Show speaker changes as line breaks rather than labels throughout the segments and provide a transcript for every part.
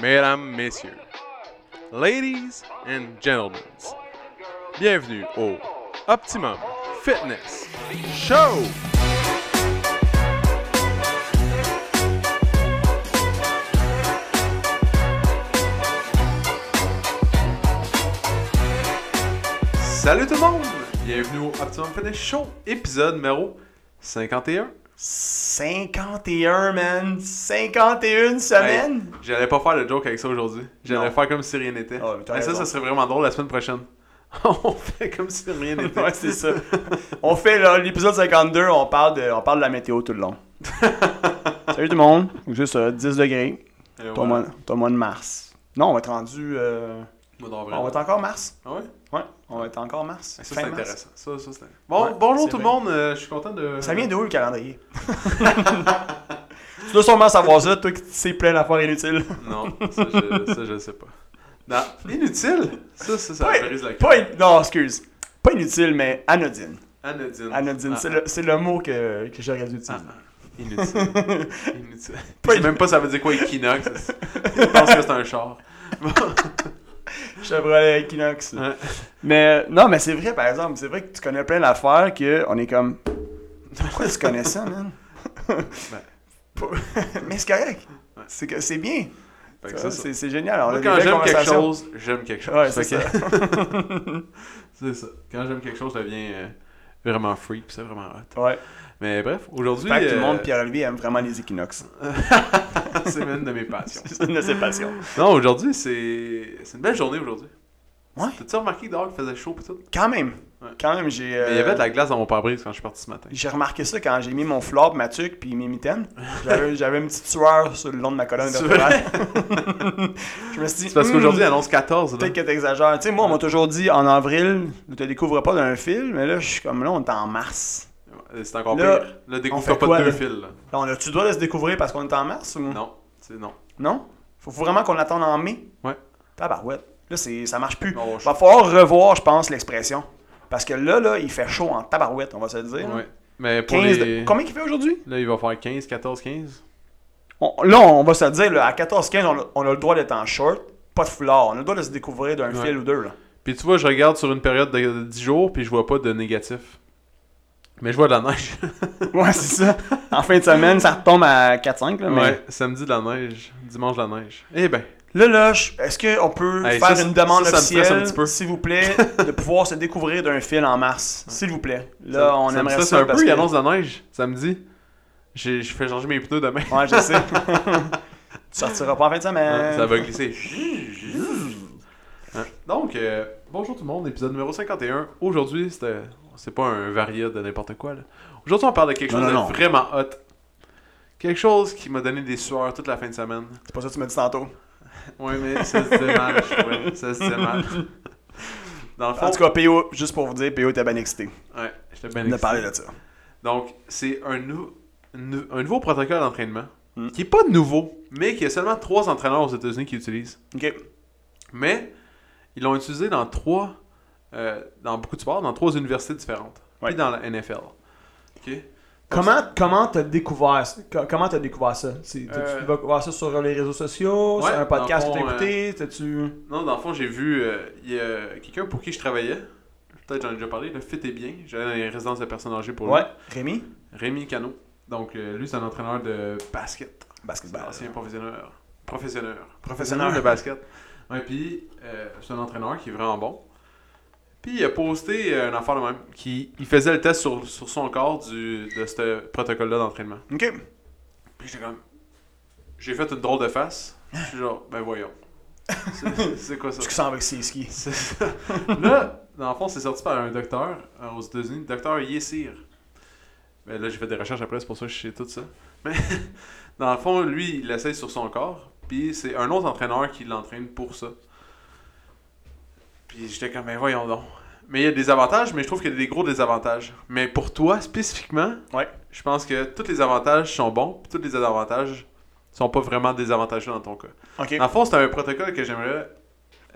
mesdames, messieurs, ladies and gentlemen, bienvenue au Optimum Fitness Show! Salut tout le monde! Bienvenue au Optimum Fitness Show, épisode numéro 51.
51, man! 51 semaines!
Hey, J'allais pas faire le joke avec ça aujourd'hui. J'allais
Non.
faire comme si rien n'était.
Ah, mais t'as
mais ça,
raison.
ça serait vraiment drôle la semaine prochaine. on fait comme si rien n'était.
Ouais, c'est ça. On fait là, l'épisode 52, on parle, de, on parle de la météo tout le long. Salut tout le monde! Juste euh, 10 degrés,
Et
t'as
voilà.
mois, t'as mois de mars. Non, on va être rendu. euh,
Mois d'avril.
on va être encore mars?
Ah ouais?
Ouais, on va être encore mars.
Ça, c'est
Fin mars.
intéressant. Ça, ça, c'est- bon,
Ouais,
bonjour
c'est
tout le
vrai.
monde. euh, je suis content de.
Ça vient de où le calendrier? tu dois sûrement savoir ça, toi qui sais plein d'affaires inutiles.
Non, ça, je, ça, je le sais pas. Non, inutile. Ça, ça, ça
Pas-
brise la
Pas in- Non, excuse. Pas inutile, mais anodine.
Anodine.
Anodine,
Ah,
c'est le, c'est le mot que, que j'aurais dû
ah,
utiliser.
ah. Inutile. Inutile.
Pas
Je sais même pas ça veut dire quoi Equinox. Je pense que c'est un char.
Chevrolet Equinox.
Ouais.
Mais euh, non, mais c'est vrai, par exemple, c'est vrai que tu connais plein d'affaires que on est comme. Pourquoi tu connais ça, man? Pour- mais c'est correct.
Ben. Ouais.
C'est que c'est bien.
Fait
Tu
que
vois,
c'est ça.
C'est c'est génial. On a
Moi,
des
quand
belles
j'aime quelque
conversations.
chose, j'aime quelque chose.
Ouais, c'est
Fait que-
ça.
c'est ça. Quand j'aime quelque chose, ça devient euh, vraiment freak, puis c'est vraiment hot.
Ouais.
Mais bref, aujourd'hui,
Fait que tout le monde,
euh,
Pierre Olivier aime vraiment les équinoxes.
c'est une de mes passions.
C'est une de ses passions.
Non, aujourd'hui, c'est c'est une belle journée aujourd'hui.
Ouais. Euh,
T'as-tu remarqué que dehors qu'il faisait chaud pis tout?
Quand même.
Ouais.
Quand même, j'ai. euh,
Mais il y avait de la glace dans mon pare-brise quand je suis parti ce matin.
J'ai remarqué ça quand j'ai mis mon flop, ma tuque puis mes mitaines. J'avais j'avais une petite sueur sur le long de ma colonne
C'est
vertébrale. Je me suis dit.
C'est parce
hmm,
qu'aujourd'hui, il annonce 14. Là.
Peut-être que t'exagères. Tu sais, moi, on m'a toujours dit en avril, ne te découvre pas d'un fil, mais là, je suis comme là, on est en mars.
Ouais, C'est encore
Là,
pire. Là,
on
découvre
fait
pas
quoi,
de deux
là? Hmm.
fils. Là.
Là, on a, tu dois se découvrir parce qu'on est en mars ou
Non. C'est non.
Non? Faut, faut vraiment qu'on attende en mai?
Ouais.
Tabarouette. Là, c'est, ça marche plus.
Non, je-
Va falloir revoir, je pense, l'expression. Parce que là, là, il fait chaud en tabarouette, on va se le dire.
Ouais. Mais pour
15 de-
les...
Combien il fait aujourd'hui?
Là, il va faire 15, 14, 15.
On- là, on va se le dire, là, à 14-15, on, a- on a le droit d'être en short, pas de foulard. On a le droit de se découvrir d'un
Ouais.
fil ou deux. Là.
Puis tu vois, je regarde sur une période de de 10 jours, puis je vois pas de négatif. Mais je vois de la neige.
ouais, c'est ça. En fin de semaine, ça retombe à 4-5. Là, mais...
Ouais, samedi de la neige, dimanche de la neige. Eh ben,
Là, là, je- est-ce qu'on peut
Hey,
faire
ça,
une demande
ça, ça me stresse un
officielle,
petit peu.
s'il vous plaît, de pouvoir se découvrir d'un fil en mars? S'il vous plaît. Là,
ça-
on
ça me
aimerait
stresse
ça.
un peu,
parce
il
que-
annonce de la neige samedi. J'ai je fais changer mes pneus demain.
Ouais, je sais. tu sortiras pas en fin de semaine.
Ça va glisser. Hein. Donc, euh, bonjour tout le monde, épisode numéro 51. Aujourd'hui, c'était- c'est pas un varia de n'importe quoi. là. Aujourd'hui, on parle de quelque
Non,
chose
non,
de
non.
vraiment hot. Quelque chose qui m'a donné des sueurs toute la fin de semaine.
C'est pas ça que tu m'as dit tantôt.
Ouais, mais ça se disait mal, je trouvais. Ça se disait mal. Dans le fond,
En tout cas, PO, juste pour vous dire, PO était bien excité
ouais, j'étais bien
de
excité.
parler de ça.
Donc, c'est un, nou- nou- un nouveau protocole d'entraînement
Mm.
qui est pas nouveau, mais qu'il y a seulement trois entraîneurs aux États-Unis qui utilisent.
OK.
Mais ils l'ont utilisé dans trois, euh, dans beaucoup de sports, dans trois universités différentes.
Ouais.
Puis dans la NFL. OK?
Comment comment t'as découvert ça? Co- Comment t'as découvert ça? C'est- t'as-
Euh,
Tu vas voir ça sur les réseaux sociaux,
ouais,
sur un podcast
dans
que
le
t'as
fond, euh,
écouté, t'as-tu...
Non, dans le fond, j'ai vu euh, il y a quelqu'un pour qui je travaillais. Peut-être j'en ai déjà parlé. Le fit est bien. J'allais dans les résidences de personnes âgées pour lui.
Ouais. Rémi?
Rémi Cano. Donc, euh, lui, c'est un entraîneur de basket. C'est un
Basketball.
ancien professionneur. Professionneur.
Professionneur.
de basket. Ouais, puis euh, c'est un entraîneur qui est vraiment bon. Puis il a posté euh, une affaire de même. Qui, il faisait le test sur, sur son corps du, de ce protocole-là d'entraînement.
OK.
Puis j'étais comme. J'ai fait une drôle de face. Je suis genre, ben voyons. C'est- C'est quoi ça?
Tu sens avec ses skis.
C'est ça. Là, dans le fond, c'est sorti par un docteur euh, aux États-Unis, docteur Yessir. Ben là, j'ai fait des recherches après, c'est pour ça que je sais tout ça. Mais dans le fond, lui, il l'essaye sur son corps, puis c'est un autre entraîneur qui l'entraîne pour ça. Puis j'étais comme, ben voyons donc. Mais il y a des avantages, mais je trouve qu'il y a des gros désavantages. Mais pour toi, spécifiquement,
Ouais.
je pense que tous les avantages sont bons, puis tous les désavantages sont pas vraiment désavantageux dans ton cas.
OK.
Dans le fond, c'est un protocole que j'aimerais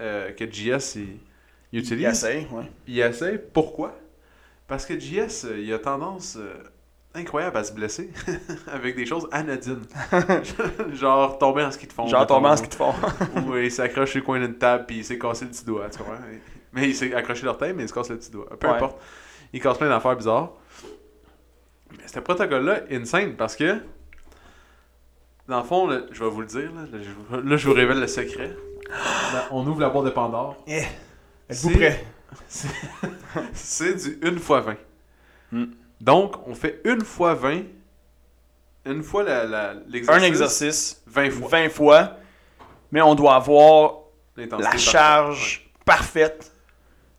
euh, que JS il, il utilise.
Il essaye, ouais.
Il essaie. Pourquoi? Parce que JS, euh, il a tendance euh, incroyable à se blesser avec des choses anodines. Genre tomber en ski de fond.
Genre tomber en
mettons,
ski de fond.
Ou euh, il s'accroche sur le coin d'une table puis il s'est cassé le petit doigt, tu comprends? Mais il s'est accroché l'orteil, mais il se casse le petit doigt. Peu
Ouais.
importe. Il casse plein d'affaires bizarres. Mais ce protocole-là, insane, parce que, dans le fond, là, je vais vous le dire, là, là, je, vous- là, je vous révèle le secret. Là, on ouvre la boîte de Pandore.
Eh, Êtes-vous
C'est-
prêts?
C'est c'est du 1 fois 20.
Hmm.
Donc, on fait 1 fois 20, une fois la- la- l'exercice,
Un exercice,
20 fois
20 fois, mais on doit avoir
l'intensité
la
parfaite.
charge parfaite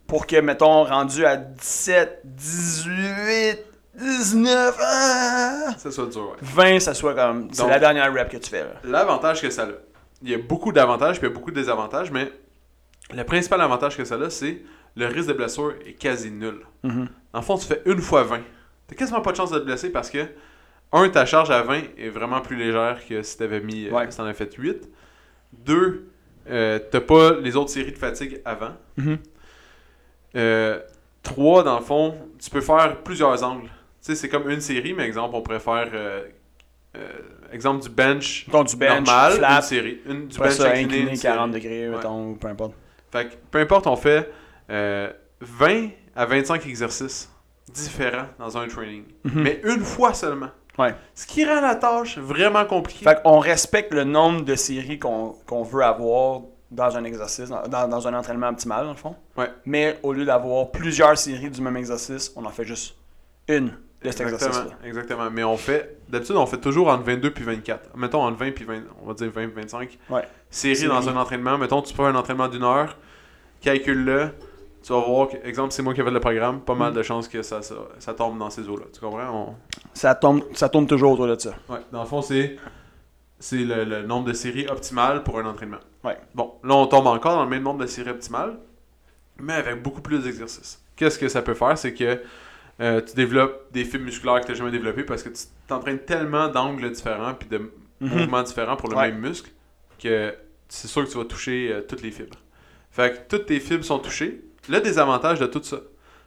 pour que, mettons, rendu à 17, 18, 19, ah,
Ouais. Ça soit dur, ouais.
20, ça soit comme. C'est
Donc-
la dernière rep que tu fais. là.
L'avantage que ça a, il y a beaucoup d'avantages puis il y a beaucoup de désavantages, mais le principal avantage que ça a, c'est le risque de blessure est quasi nul. En fond, tu fais une fois 20. T'as quasiment pas de chance de te blesser parce que, un, ta charge à 20 est vraiment plus légère que si t'avais mis, euh,
Ouais.
si t'en avais fait 8. Deux, euh, t'as pas les autres séries de fatigue avant. Euh, trois, dans le fond, tu peux faire plusieurs angles. Tu sais, c'est comme une série, mais exemple, on pourrait faire, euh, euh, exemple, du bench
Mettons, du Ben bench,
normal,
du flap,
une série. Une, du Ben
après
bench
ça,
incliné,
incliné,
une série.
40 degrés,
Ouais.
mettons, ou peu importe.
Fait que, peu importe, on fait euh, 20 à 25 exercices différents dans un training. Mais une fois seulement.
Mhm. Ouais.
Ce qui rend la tâche vraiment compliquée.
Fait qu'on respecte le nombre de séries qu'on qu'on veut avoir dans un exercice, dans, dans- dans un entraînement optimal, dans le fond.
Ouais.
Mais au lieu d'avoir plusieurs séries du même exercice, on en fait juste une de cet
exactement,
exercice-là.
exactement. Mais on fait, d'habitude, on fait toujours entre 22 puis 24. Mettons entre 20 puis 20, on va dire 20 25.
Ouais.
Série
Série.
dans un entraînement. Mettons, tu fais un entraînement d'une heure, calcule-le. Tu vas voir, que- exemple, c'est moi qui ai fait le programme, pas
Mhm.
mal de chances que ça, ça, ça tombe dans ces eaux-là. Tu comprends? On-
Ça tombe, ça tourne toujours autour de ça.
Ouais, dans le fond, c'est c'est le, le nombre de séries optimales pour un entraînement.
Ouais.
Bon, là, on tombe encore dans le même nombre de séries optimales, mais avec beaucoup plus d'exercices. Qu'est-ce que ça peut faire? C'est que euh, tu développes des fibres musculaires que tu n'as jamais développées parce que tu t'entraînes tellement d'angles différents puis de mouvements différents pour le
Mhm. Ouais.
même muscle que c'est sûr que tu vas toucher euh, toutes les fibres. Fait que toutes tes fibres sont touchées. Le désavantage de tout ça,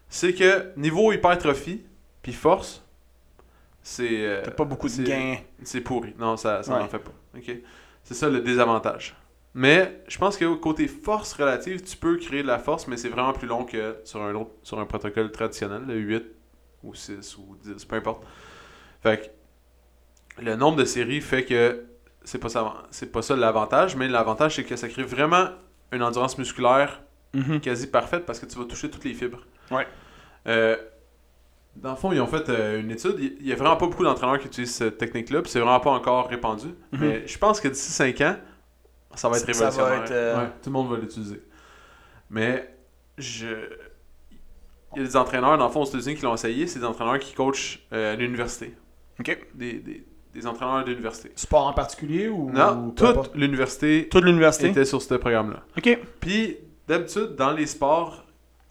c'est que niveau hypertrophie puis force, c'est. euh,
T'as pas beaucoup de
c'est-
gains.
c'est pourri. Non, ça, ça
Ouais.
n'en fait pas. Ok. C'est ça le désavantage. Mais je pense que côté force relative, tu peux créer de la force, mais c'est vraiment plus long que sur un, autre, sur un protocole traditionnel, le 8 ou 6 ou 10, peu importe. Fait que le nombre de séries fait que c'est pas ça, c'est pas ça l'avantage, mais l'avantage c'est que ça crée vraiment une endurance musculaire quasi parfaite parce que tu vas toucher toutes les fibres.
Ouais.
Euh, dans le fond, ils ont fait euh, une étude. Il- Il n'y a vraiment pas beaucoup d'entraîneurs qui utilisent cette technique-là, puis c'est vraiment pas encore répandu. Mais je pense que d'ici 5 ans, ça va être
Ça- Mhm. ça va
révolutionnaire.
être, euh,
Ouais, tout le monde va l'utiliser. Mais je... il y a des entraîneurs, dans le fond, aux États-Unis qui l'ont essayé. C'est des entraîneurs qui coachent euh, à l'université.
OK.
Des, des, des entraîneurs d'université.
Sport en particulier ou.
Non,
ou peu importe?
toute l'université
Toute l'université.
était sur ce programme-là.
OK.
Puis, d'habitude, dans les sports,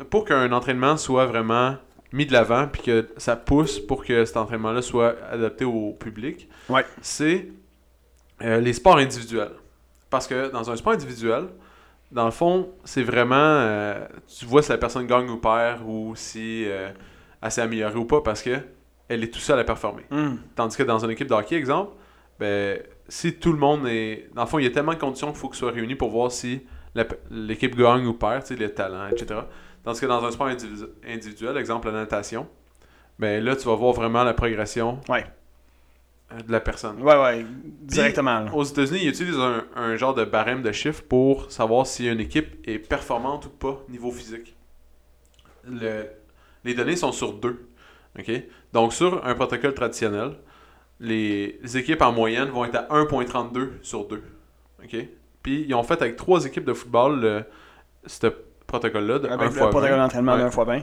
pour qu'un entraînement soit vraiment mis de l'avant, puis que ça pousse pour que cet entraînement-là soit adapté au public,
Ouais.
c'est euh, les sports individuels. Parce que dans un sport individuel, dans le fond, c'est vraiment. euh, tu vois si la personne gagne ou perd, ou si euh, elle s'est améliorée ou pas, parce que elle est tout seule à performer. Tandis que dans une équipe de hockey, exemple, ben, si tout le monde est. Dans le fond, il y a tellement de conditions qu'il faut que ce soit réuni pour voir si la pe- l'équipe gagne ou perd, tu sais, le talent, etc. Tandis que dans un sport individu- individuel, exemple la natation, ben là, tu vas voir vraiment la progression
Ouais.
euh, de la personne.
Ouais, ouais. Directement. là.
Aux États-Unis, ils utilisent un, un genre de barème de chiffres pour savoir si une équipe est performante ou pas niveau physique. Le- les données sont sur deux. ok? Donc, sur un protocole traditionnel, les, les équipes en moyenne vont être à 1,32 sur 2. ok? Puis, ils ont fait avec trois équipes de football le- ce protocole-là de 1
Avec
fois
le protocole
20.
d'entraînement
Ouais.
d'un fois 20.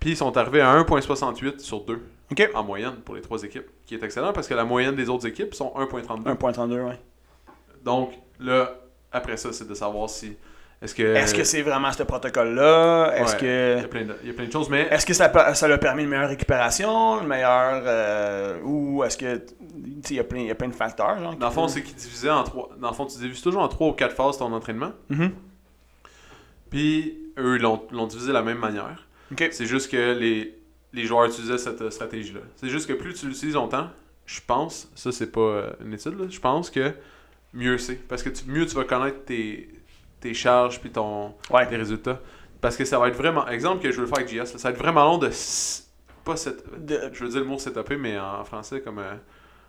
Puis, ils sont arrivés à 1,68 sur 2
OK.
en moyenne pour les trois équipes, qui est excellent parce que la moyenne des autres équipes sont 1,32.
1.32, ouais.
Donc là, après ça, c'est de savoir si. Est-ce que.
Est-ce que c'est vraiment ce protocole-là? Est-ce
Euh, Ouais. Il y, a
que.
plein de, il y a plein de choses, mais.
Est-ce que ça, per- ça a permis une meilleure récupération, une meilleure. euh, ou est-ce que. tu sais, Il y, a plein- il y a plein de facteurs. Genre,
Dans le fond, c'est qu'ils divisaient en trois. Dans le fond, tu divises toujours en trois ou quatre phases ton entraînement.
Mhm.
Puis eux, ils l'ont l'ont divisé de la même manière.
Ok.
C'est juste que les, les joueurs utilisaient cette euh, stratégie-là. C'est juste que plus tu l'utilises longtemps, je pense, ça c'est pas euh, une étude, là, je pense que mieux c'est. Parce que tu- mieux tu vas connaître tes, tes charges puis ton,
Ouais.
tes résultats. Parce que ça va être vraiment. Exemple que je veux le faire avec JS, là, ça va être vraiment long de. s- Pas set-
De-
Je veux dire le mot setupé, mais en français, comme. euh,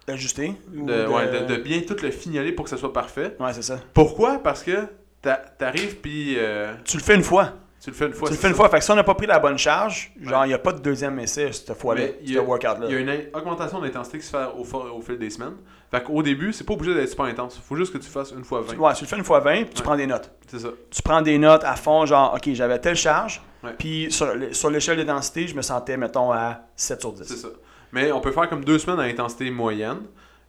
D'ajuster. ou
de, ouais, de- de bien tout le fignoler pour que ça soit parfait.
Ouais, c'est ça.
Pourquoi Parce que t'a- t'arrives puis euh,
Tu le fais une fois.
tu le fais une fois.
tu le
c'est
fais une
ça.
fois. Fait que si on n'a pas pris la bonne charge, genre,
Ouais.
il n'y a pas de deuxième essai cette fois-là,
Mais il y
ce
a-
workout-là.
Il y a une in- augmentation d'intensité qui se fait au, for- au fil des semaines. Fait qu'au début, c'est pas obligé d'être super intense. Faut juste que tu fasses une fois 20.
Ouais, tu le fais une fois 20, puis tu
Ouais.
prends des notes.
C'est ça.
Tu prends des notes à fond, genre, OK, j'avais telle charge,
Ouais.
puis sur, le- sur l'échelle de densité, je me sentais, mettons, à 7 sur 10.
C'est ça. Mais on peut faire comme deux semaines à intensité moyenne.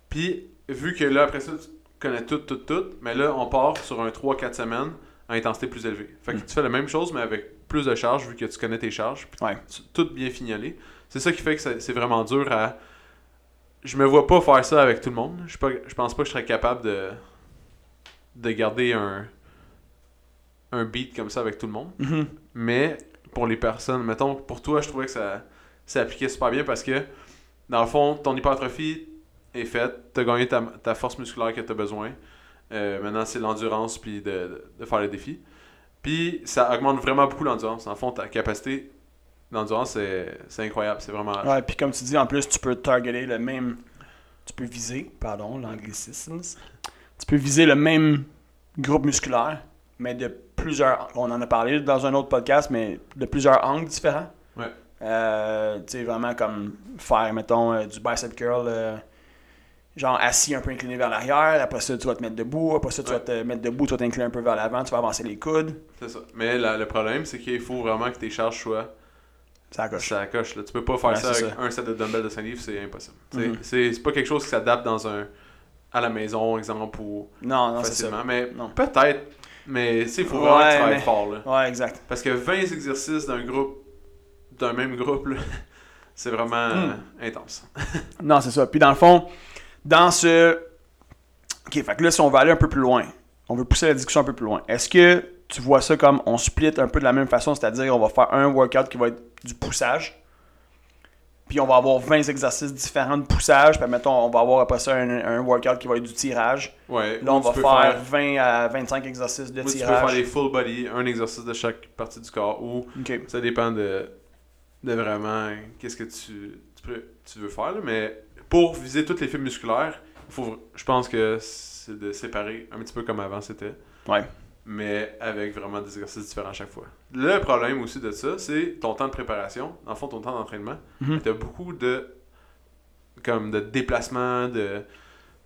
Puis, vu que là, après ça, tu connais tout, tout, tout, mais là, on part sur un 3-4 semaines à intensité plus élevée. Fait que
Mm.
tu fais la même chose, mais avec plus de charges, vu que tu connais tes charges. Puis,
Ouais.
tu- tout bien fignolé. C'est ça qui fait que ça- c'est vraiment dur à. Je me vois pas faire ça avec tout le monde. Je, suis pas- je pense pas que je serais capable de, de garder un, un beat comme ça avec tout le monde.
Mhm.
Mais pour les personnes, mettons, pour toi, je trouvais que ça, ça appliquait super bien parce que, dans le fond, ton hypertrophie est faite, t'as gagné ta, ta force musculaire que t'as besoin. Euh, maintenant, c'est l'endurance puis de, de- de faire le défi. Puis ça augmente vraiment beaucoup l'endurance. Dans le fond, ta capacité d'endurance, c'est c'est incroyable. C'est vraiment.
Ouais, puis comme tu dis, en plus, tu peux targeter le même. Tu peux viser, pardon, l'anglicisme. Tu peux viser le même groupe musculaire, mais de plusieurs. On en a parlé dans un autre podcast, mais de plusieurs angles différents.
Ouais.
Euh, tu sais, vraiment comme faire, mettons, euh, du bicep curl. euh, Genre assis un peu incliné vers l'arrière, après ça tu vas te mettre debout, après ça tu vas
Ouais.
te mettre debout, tu vas t'incliner un peu vers l'avant, tu vas avancer les coudes,
C'est ça. Mais la- le problème, c'est qu'il faut vraiment que tes charges soient.
ça accroche.
Ça coche. Là. Tu peux pas faire
Ouais,
ça
c'est
avec un set de dumbbells de 5 livres, c'est impossible. Tu sais,
Mhm.
C'est c'est pas quelque chose qui s'adapte dans un. à la maison, exemple, ou.
Non, non, c'est ça.
facilement. Mais
Non.
peut-être. Mais il faut vraiment que
Ouais,
tu travailles
mais-
fort. Là.
Ouais, exact.
Parce que 20 exercices d'un groupe, d'un même groupe, là, c'est vraiment
Hmm.
euh, intense.
Non, c'est ça. Puis dans le fond, dans ce. Ok, fait que là, si on va aller un peu plus loin, on veut pousser la discussion un peu plus loin. Est-ce que tu vois ça comme on split un peu de la même façon, c'est-à-dire on va faire un workout qui va être du poussage, puis on va avoir 20 exercices différents de poussage, puis mettons, on va avoir après ça un, un workout qui va être du tirage.
Ouais,
Là,
ou
on
tu
va
peux
faire, 20 à 25 exercices de
ou tu peux faire
tirage.
les full body, un exercice de chaque partie du corps, ou
Ok.
ça dépend de, de vraiment qu'est-ce que tu, tu, peux- tu veux faire. là. Mais pour viser toutes les fibres musculaires, il faut, je pense que c'est de séparer un petit peu comme avant c'était.
Ouais.
mais avec vraiment des exercices différents à chaque fois. Le problème aussi de ça, c'est ton temps de préparation, en fond ton temps d'entraînement.
Mhm.
Tu as beaucoup de comme de déplacements, de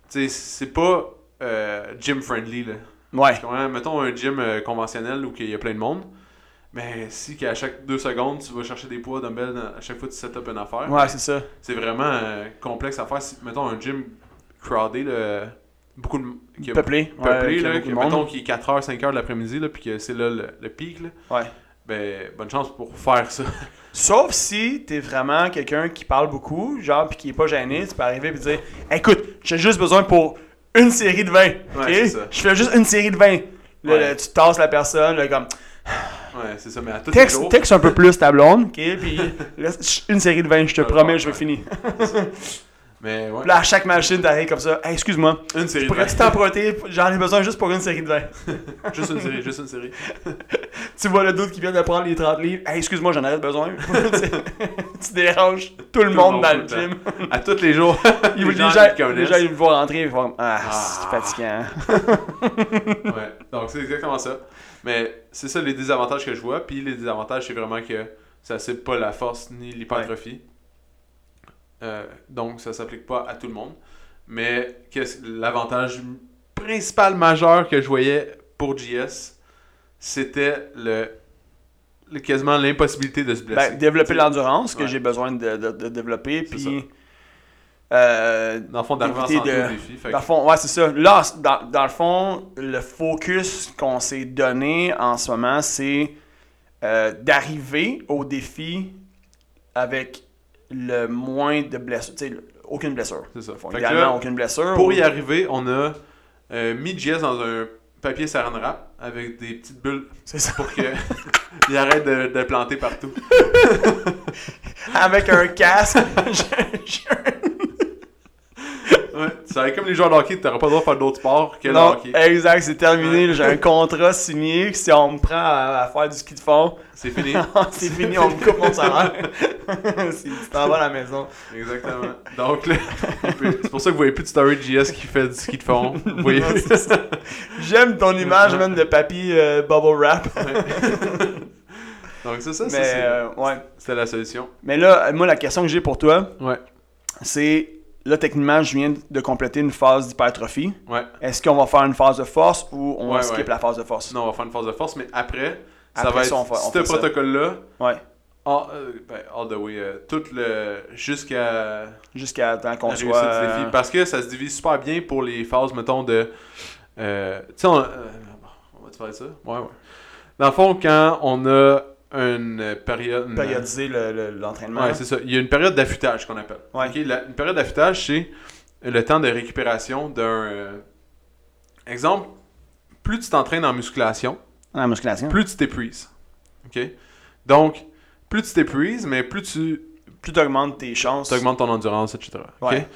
tu sais c'est pas euh, gym friendly là.
Ouais.
Tu comprends? mettons un gym euh, conventionnel où il y a plein de monde. Mais si qu'à chaque deux secondes, tu vas chercher des poids dumbbells dans- à chaque fois que tu set up une affaire,
Ouais, c'est ça.
c'est vraiment euh, complexe à faire. Si, mettons un gym crowded, là, beaucoup de qui a
Peuplé. Ouais,
peuplé,
qu'il y a
là,
beaucoup
que,
de monde.
mettons qu'il est 4h, 5h de l'après-midi, là, puis que c'est là le, le pic, là,
Ouais.
ben, bonne chance pour faire ça.
Sauf si t'es vraiment quelqu'un qui parle beaucoup, genre, puis qui est pas gêné, tu peux arriver et dire Écoute, j'ai juste besoin pour une série de 20. ok?
c'est ça.
Je fais juste une série de 20. Là,
Ouais.
là, tu tasses la personne, là, comme
Ouais, c'est ça, mais à tous les
texte,
jours.
texte un peu plus ta blonde, ok? Puis là, chut, une série de 20, je te
Je le
promets,
prends,
je vais
ouais.
finir.
Mais ouais,
Puis Là, à chaque machine, t'arrives comme ça Hey, excuse-moi,
une série. de
pourrais-tu
vingt.
t'emprunter J'en ai besoin juste pour une série de 20.
juste une série, juste une série.
Tu vois le doute qui vient de prendre les 30 livres Hey, excuse-moi, j'en avais besoin. tu déranges tout le
le
monde
monde,
dans
tout
le
le temps.
gym.
À tous les jours.
Il
les gens qui
déjà,
connaissent.
déjà ils me voient rentrer ils font Ah, c'est
Ah.
fatigant.
Ouais, donc c'est exactement ça. Mais c'est ça les désavantages que je vois. Puis les désavantages, c'est vraiment que ça cible pas la force ni l'hypertrophie. Euh, donc ça s'applique pas à tout le monde. Mais qu'est-ce- l'avantage principal majeur que je voyais pour JS, c'était le, le- quasiment l'impossibilité de se blesser.
Ben,
Tu
développer
sais,
l'endurance que
Ouais.
j'ai besoin de, de- de développer.
C'est
Puis, euh,
Dans le fond, d'arriver en
éviter
santé
de-
au défi. Fait que-
dans le fond, ouais, c'est ça. Là, c- dans, dans le fond, le focus qu'on s'est donné en ce moment, c'est euh, d'arriver au défi avec le moins de blessures. Tu sais, le- aucune blessure.
c'est ça.
Dans le fond,
Fait que
idéalement,
là,
aucune blessure.
Pour
Ou-
y arriver, on a euh, mis JS dans un papier saran wrap avec des petites bulles
C'est ça.
pour que il arrête de, de planter partout.
avec un casque. j'ai- j'ai un-
Ouais, c'est comme les joueurs de hockey, t'auras pas le droit de faire d'autres sports que le
Non,
hockey.
exact, c'est terminé.
Ouais.
J'ai un contrat signé. Si on me prend à, à faire du ski de fond, Ah,
C'est fini.
c'est fini, on me coupe mon salaire. Si tu t'en vas à la maison.
Exactement. Donc là, on peut- c'est pour ça que vous voyez plus de Story GS qui fait du ski de fond. Vous voyez
Non, c'est ça. J'aime ton image même de papy euh, bubble wrap.
Ouais. Donc c'est ça, ça,
Mais,
c'est-
euh, ouais.
c'était la solution.
Mais là, moi, la question que j'ai pour toi,
Ouais.
c'est là, techniquement, je viens de compléter une phase d'hypertrophie.
Ouais.
Est-ce qu'on va faire une phase de force ou on
Ouais,
skip
ouais.
la phase de force?
Sinon, on va faire une phase de force, mais après, ça
Après
va
ça, on
être
fait- on
ce
fait ça. Ah,
protocole-là.
Ouais.
en- euh, ben, all the way, euh, tout le. jusqu'à
Jusqu'à temps qu'on
réussir
soit.
le
euh,
défi. Parce que ça se divise super bien pour les phases, mettons, de. euh, tu sais, on, euh, on va-tu parler de ça? Ouais, ouais. Dans le fond, quand on a une période. une-
périodiser le- le- l'entraînement.
Ouais, c'est ça. Il y a une période d'affûtage qu'on appelle.
Ouais.
Ok, la- une période d'affûtage, c'est le temps de récupération d'un. euh, Exemple, plus tu t'entraînes en musculation,
Ah, la musculation.
plus tu t'épuises. OK? Donc, plus tu t'épuises, mais plus tu
Plus tu augmentes tes chances.
augmentes ton endurance, etc. OK?
Ouais.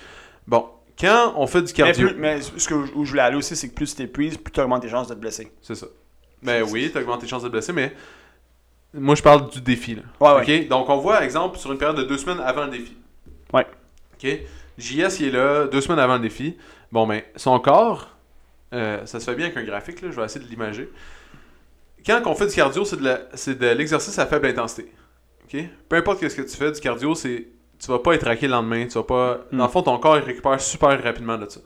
Bon, quand on fait du
mais,
cardio,
plus- mais ce que où je voulais aller aussi, c'est que plus tu t'épuises, plus tu augmentes tes chances de te blesser.
c'est ça. Ben oui, tu augmentes tes chances de te blesser, mais moi, je parle du défi. Là.
Ouais, ouais.
OK? Donc, on voit, exemple, sur une période de deux semaines avant le défi.
Ouais.
OK? JS, il est là deux semaines avant le défi. Bon, ben, son corps, euh, ça se fait bien avec un graphique, là, je vais essayer de l'imager. Quand on fait du cardio, c'est de la- c'est de l'exercice à faible intensité. OK? Peu importe ce que tu fais, du cardio, c'est tu vas pas être raqué le lendemain. Tu vas pas...
Hmm.
Dans le fond, ton corps il récupère super rapidement de ça.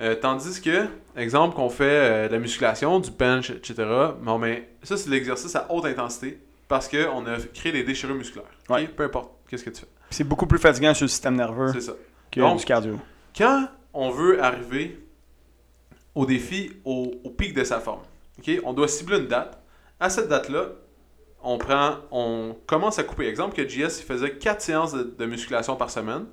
Euh, tandis que, exemple, qu'on fait euh, de la musculation, du bench, etc. Bon, ben, ça, c'est de l'exercice à haute intensité parce qu'on a créé des déchirures musculaires. OK?
Ouais. Hein.
Peu importe qu'est-ce que tu fais.
C'est beaucoup plus fatigant sur le système nerveux
C'est ça.
que
Donc-
du cardio.
Quand on veut arriver au défi, au, au pic de sa forme, ok, on doit cibler une date. À cette date-là, on prend, on commence à couper. Exemple que JS il faisait 4 séances de, de musculation par semaine,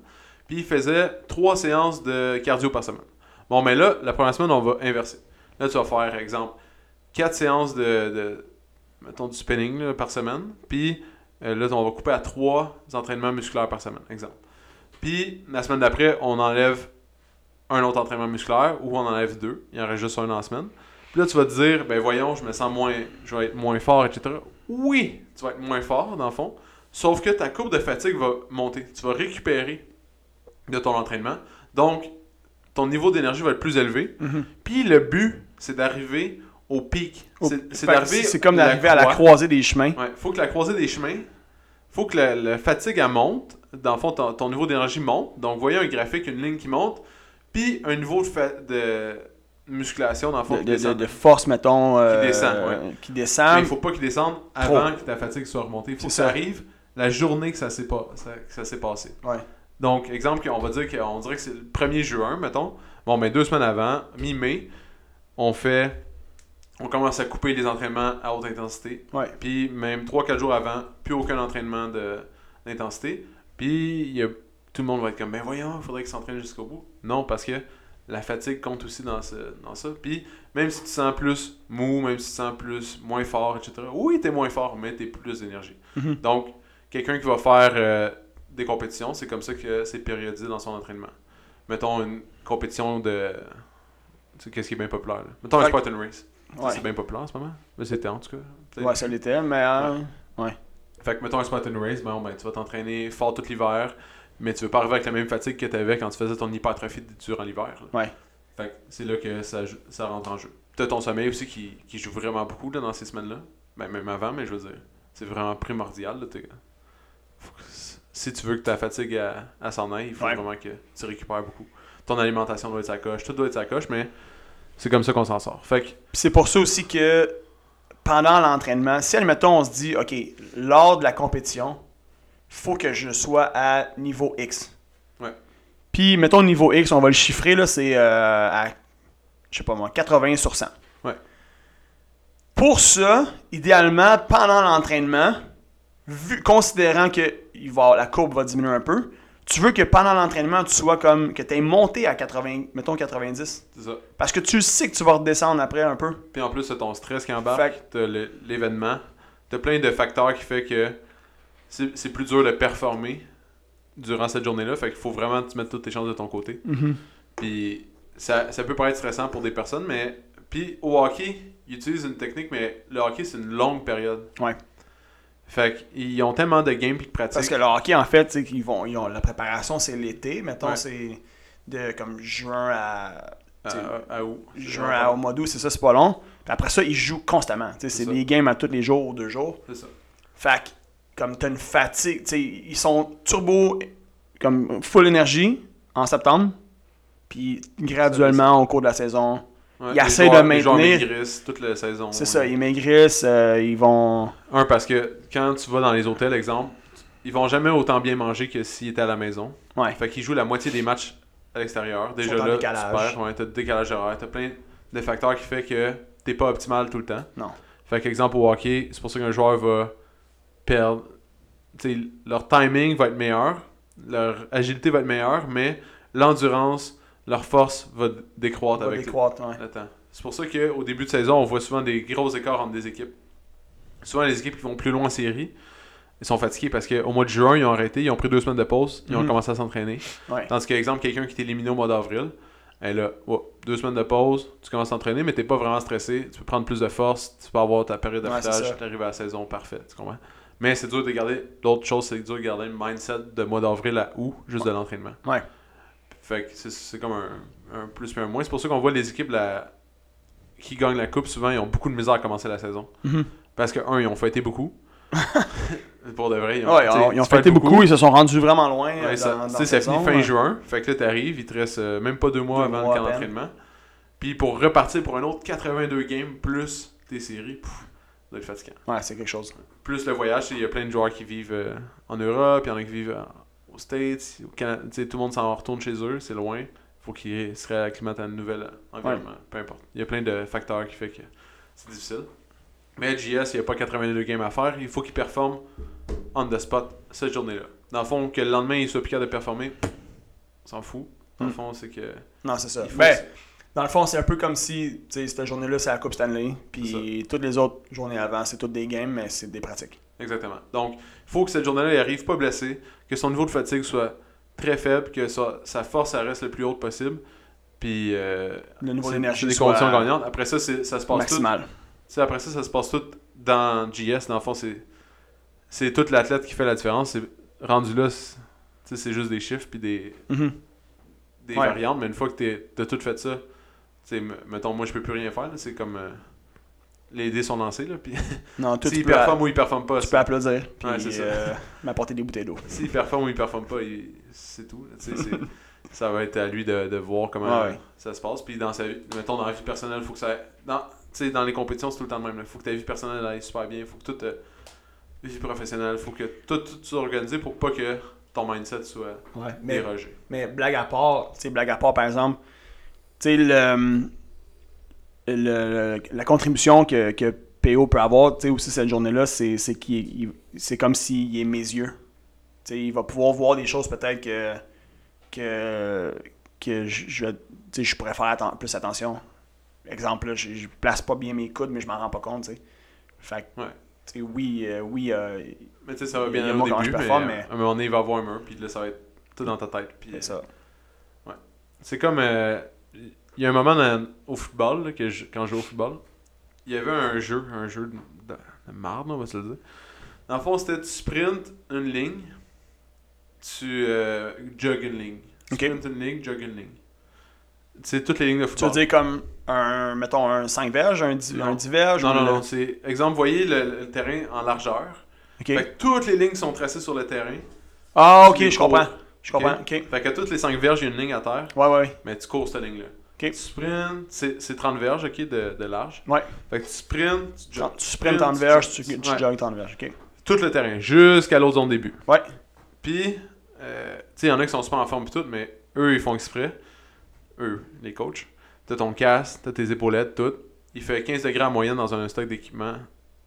puis il faisait 3 séances de cardio par semaine. Bon, mais là, la première semaine, on va inverser. Là, tu vas faire, exemple, 4 séances de, de- mettons, du spinning là, par semaine, puis euh, là, on va couper à 3 entraînements musculaires par semaine, exemple. Puis, la semaine d'après, on enlève un autre entraînement musculaire ou on enlève deux. Il en reste juste un dans la semaine. Puis là, tu vas te dire, ben voyons, je me sens moins, je vais être moins fort, etc. Oui, tu vas être moins fort dans le fond. Sauf que ta courbe de fatigue va monter. Tu vas récupérer de ton entraînement. Donc, ton niveau d'énergie va être plus élevé.
Mhm.
Puis le but, c'est d'arriver au pic.
Au-
C'est- C'est
Fait que
d'arriver
C'est comme d'arriver à la
croix.
croisée des chemins.
Ouais, faut que la croisée des chemins, faut que la, la fatigue elle monte. Dans le fond, ton, ton niveau d'énergie monte. Donc, voyez un graphique, une ligne qui monte, puis un niveau de, fa- de musculation, dans le fond,
De,
qui
de-
descend.
de force, mettons. euh,
descend,
euh, Qui
Mais
descend.
il faut pas qu'il descende avant que ta fatigue soit remontée. Il faut
C'est
que
ça.
ça arrive la journée que ça s'est pas, ça- que ça s'est passé.
Ouais.
Donc, exemple, on va dire qu'on dirait que c'est le 1er juin, mettons. Bon, ben deux semaines avant, mi-mai, on fait. On commence à couper les entraînements à haute intensité.
Ouais.
Puis même 3-4 jours avant, plus aucun entraînement de- d'intensité. Puis il y a- tout le monde va être comme, ben voyons, il faudrait qu'ils s'entraînent jusqu'au bout. Non, parce que la fatigue compte aussi dans, ce, dans ça. Puis même si tu te sens plus mou, même si tu te sens plus moins fort, etc. Oui, t'es moins fort, mais t'es plus d'énergie.
Mhm.
Donc, quelqu'un qui va faire euh, des compétitions, c'est comme ça que c'est périodisé dans son entraînement. Mettons une compétition de... tu sais, Qu'est-ce qui est bien populaire? là? Mettons un
Fait-
Spartan Race. Ça,
Ouais.
C'est bien populaire en ce moment. Mais c'était en tout cas. Peut-être-
Ouais, ça l'était, mais. euh,
fait que mettons un Spartan Race, ben, ben, tu vas t'entraîner fort tout l'hiver, mais tu veux pas arriver avec la même fatigue que tu avais quand tu faisais ton hypertrophie durant l'hiver. là.
Ouais.
Fait que c'est là que ça, jou- ça rentre en jeu. T'as ton sommeil aussi qui, qui joue vraiment beaucoup là, dans ces semaines-là. Ben, même avant, mais je veux dire, c'est vraiment primordial. là, t'es- faut que c- si tu veux que ta fatigue à, à s'en aille, il faut
Ouais.
vraiment que tu récupères beaucoup. Ton alimentation doit être sa coche, tout doit être sa coche, mais c'est comme ça qu'on s'en sort. Fait que
Puis c'est pour ça aussi que pendant l'entraînement, si admettons on se dit, OK, lors de la compétition, faut que je sois à niveau X.
Ouais.
Puis mettons niveau X, on va le chiffrer, là, c'est euh, à, je sais pas moi, 80 sur 100.
Ouais.
Pour ça, idéalement, pendant l'entraînement, vu, considérant que il va, la courbe va diminuer un peu, tu veux que pendant l'entraînement, tu sois comme, que tu aies monté à 80, mettons 90.
c'est ça.
Parce que tu sais que tu vas redescendre après un peu.
Puis en plus, t'as ton stress qui embarque,
Fait
t'as le- l'événement. T'as plein de facteurs qui fait que c'est c'est plus dur de performer durant cette journée-là. Fait qu'il faut vraiment que tu mettes toutes tes chances de ton côté.
Mhm.
Puis ça, ça peut paraître stressant pour des personnes, mais. Puis au hockey, ils utilisent une technique, mais le hockey, c'est une longue période.
Ouais.
Fait qu'ils ont tellement de games puis de pratiques.
Parce que le hockey, en fait, c'est qu'ils vont, ils ont, la préparation, c'est l'été. Mettons,
Ouais.
c'est de comme juin à. tu sais,
Euh, à, à où
juin à au mois d'août, c'est ça, c'est pas long. Puis après ça, ils jouent constamment. Tu sais,
C'est
C'est
ça.
des games à tous les jours ou deux jours.
C'est ça.
Fait que, comme t'as une fatigue, tu sais, ils sont turbo, comme full énergie en septembre. Puis graduellement, au cours de la saison,
Ouais,
Ils
les
essaient de
joueurs- les joueurs
maintenir-
maigrissent toute la saison.
c'est ça, ils maigrissent, euh, ils vont.
Un, parce que quand tu vas dans les hôtels, exemple, ils vont jamais autant bien manger que s'ils étaient à la maison.
Ouais.
Fait qu'ils jouent la moitié des matchs à l'extérieur. Déjà
sont en
là,
décalage.
super. Ouais, t'as le décalage horaire. T'as plein de facteurs qui fait que t'es pas optimal tout le temps.
Non.
Fait qu'exemple au hockey, c'est pour ça qu'un joueur va perdre. tu sais, leur timing va être meilleur, leur agilité va être meilleure, mais l'endurance, leur force va décroître
Ils vont
avec le-
décroître, ouais.
Attends. C'est pour ça qu'au début de saison, on voit souvent des gros écarts entre des équipes. Souvent, les équipes qui vont plus loin en série, ils sont fatigués parce qu'au mois de juin, ils ont arrêté, ils ont pris deux semaines de pause, ils ont
Mhm.
commencé à s'entraîner.
Ouais.
Tandis que, exemple, quelqu'un qui est éliminé au mois d'avril, elle a ouais, deux semaines de pause, tu commences à t'entraîner, mais t'es pas vraiment stressé, tu peux prendre plus de force, tu peux avoir ta période
Ouais, c'est ça.
d'affûtage, t'arrives à la saison parfaite, tu comprends? Mais c'est dur de garder, l'autre chose, c'est dur de garder le mindset de mois d'avril à août, juste de l'entraînement.
Ouais.
Fait que c'est- c'est comme un, un plus puis un moins. C'est pour ça qu'on voit les équipes la- qui gagnent la coupe, souvent, ils ont beaucoup de misère à commencer la saison.
Mhm.
Parce que, un, ils ont fêté beaucoup. Pour de vrai, ils
Ouais,
tu sais,
ils ont
tu fêtes
fêté beaucoup. ils se sont rendus vraiment loin.
Ouais,
euh, dans-
ça,
dans
tu sais, ça
la saison,
finit fin
ouais.
juin. Fait que là, t'arrives, il te reste euh, même pas deux mois
Deux
avant
mois
le camp
à peine.
d'entraînement. Puis pour repartir pour un autre 82 games plus tes séries, pff, ça doit être fatigant.
Ouais, c'est quelque chose.
Plus le voyage, tu sais, il y a plein de joueurs qui vivent euh, en Europe, il y en a qui vivent euh, aux States, au Canada. Tu sais, Tout le monde s'en retourne chez eux, c'est loin. faut qu'ils se réacclimatent à un nouvel euh, environnement, peu importe. Il y a plein de facteurs qui fait que c'est difficile. Mais JS, il n'y a pas 82 games à faire. Il faut qu'il performe on the spot cette journée-là. Dans le fond, que le lendemain, il soit plus capable de performer, on s'en fout. Dans le
Mm.
fond, c'est que.
Non, c'est ça.
il faut-
Ben, Dans le fond, c'est un peu comme si tu sais, cette journée-là, c'est la Coupe Stanley. Puis toutes les autres journées avant, c'est toutes des games, mais c'est des pratiques.
Exactement. Donc, il faut que cette journée-là, il arrive pas blessé, que son niveau de fatigue soit très faible, que sa, sa force elle reste le plus haute possible. Puis, euh,
Le niveau
c'est-
d'énergie
c'est des
soit
conditions gagnantes. Après ça, c'est- ça se passe tout.
maximale.
Tu sais, après ça, ça se passe tout dans JS. Dans le fond, c'est, c'est tout l'athlète qui fait la différence. C'est, rendu là, c'est, tu sais, c'est juste des chiffres puis des,
Mhm.
des
Ouais.
variantes. Mais une fois que t'es- t'as tout fait ça, tu sais, m- mettons, moi, je peux plus rien faire. là. C'est comme euh, les dés sont lancés. Là, puis,
Non, tout,
s'il
tu, peux,
performe ou il performe pas,
tu
c'est-
peux applaudir. Puis
Ouais, c'est ça.
euh, m'apporter des bouteilles d'eau.
S'il performe ou il performe pas, il- c'est tout. là. Tu sais, c'est- ça va être à lui de, de voir comment
Ouais, ouais.
ça se passe. Puis dans sa vie, mettons dans la vie personnelle, faut que ça. Dans, tu sais, dans les compétitions, c'est tout le temps le même. Il faut que ta vie personnelle aille super bien. faut que toute euh, vie professionnelle, faut que tout, tout soit organisé pour pas que ton mindset soit
Ouais. Mais,
dérogé.
mais blague à part, tu sais, blague à part, par exemple, tu sais, le, le- la contribution que, que PO peut avoir, tu sais, aussi cette journée-là, c'est c'est qu'il- il- c'est comme s'il est mes yeux. Tu sais, il va pouvoir voir des choses peut-être que, que, que je, je, vais- tu sais, je pourrais faire atten- plus attention. Exemple, là, je, je place pas bien mes coudes, mais je m'en rends pas compte. tu sais. Fait que,
Ouais.
tu sais, oui, euh, oui euh,
Mais tu sais, ça va
il-
bien
il y a
aller
moins
au
comment
début.
je
Mais,
performe, mais-
mais... À un moment donné, il va avoir un mur. Puis là, ça va être tout dans ta tête. Puis, euh,
c'est ça.
C'est comme. euh, Il y a un moment dans- au football, là, que je- quand je jouais au football, il y avait un jeu, un jeu de, de- de marde, on va se le dire. Dans le fond, c'était tu sprintes une ligne, tu euh, jogues une ligne.
Ok.
Sprint une ligne, jog une ligne. C'est toutes les lignes de
Tu veux
football.
dire comme un, mettons, un 5 verges, un 10,
Non.
un 10 verges?
non,
ou
non,
le-
non. C'est, exemple, voyez le, le terrain en largeur.
Ok.
Fait que toutes les lignes sont tracées sur le terrain.
Ah, ok,
Tu les
je
cours.
comprends. Je
Ok.
comprends, ok. Ouais,
Fait que toutes les 5 verges, il y a une ligne à terre,
ouais, ouais.
mais tu cours cette ligne-là.
Ok.
Tu sprints, c'est, c'est 30 verges ok, de, de large.
Ouais.
Fait que tu sprints, tu
Tu,
jogues.
tu sprints tant de verges, tu, tu
Ouais.
jogues tant de verges, ok.
tout le terrain jusqu'à l'autre zone début.
Ouais.
Puis, euh, tu sais, il y en a qui sont super en forme et tout, mais eux, ils font exprès. Eux, les coachs. T'as ton casque, t'as tes épaulettes, tout. Il fait 15 degrés en moyenne dans un stock d'équipement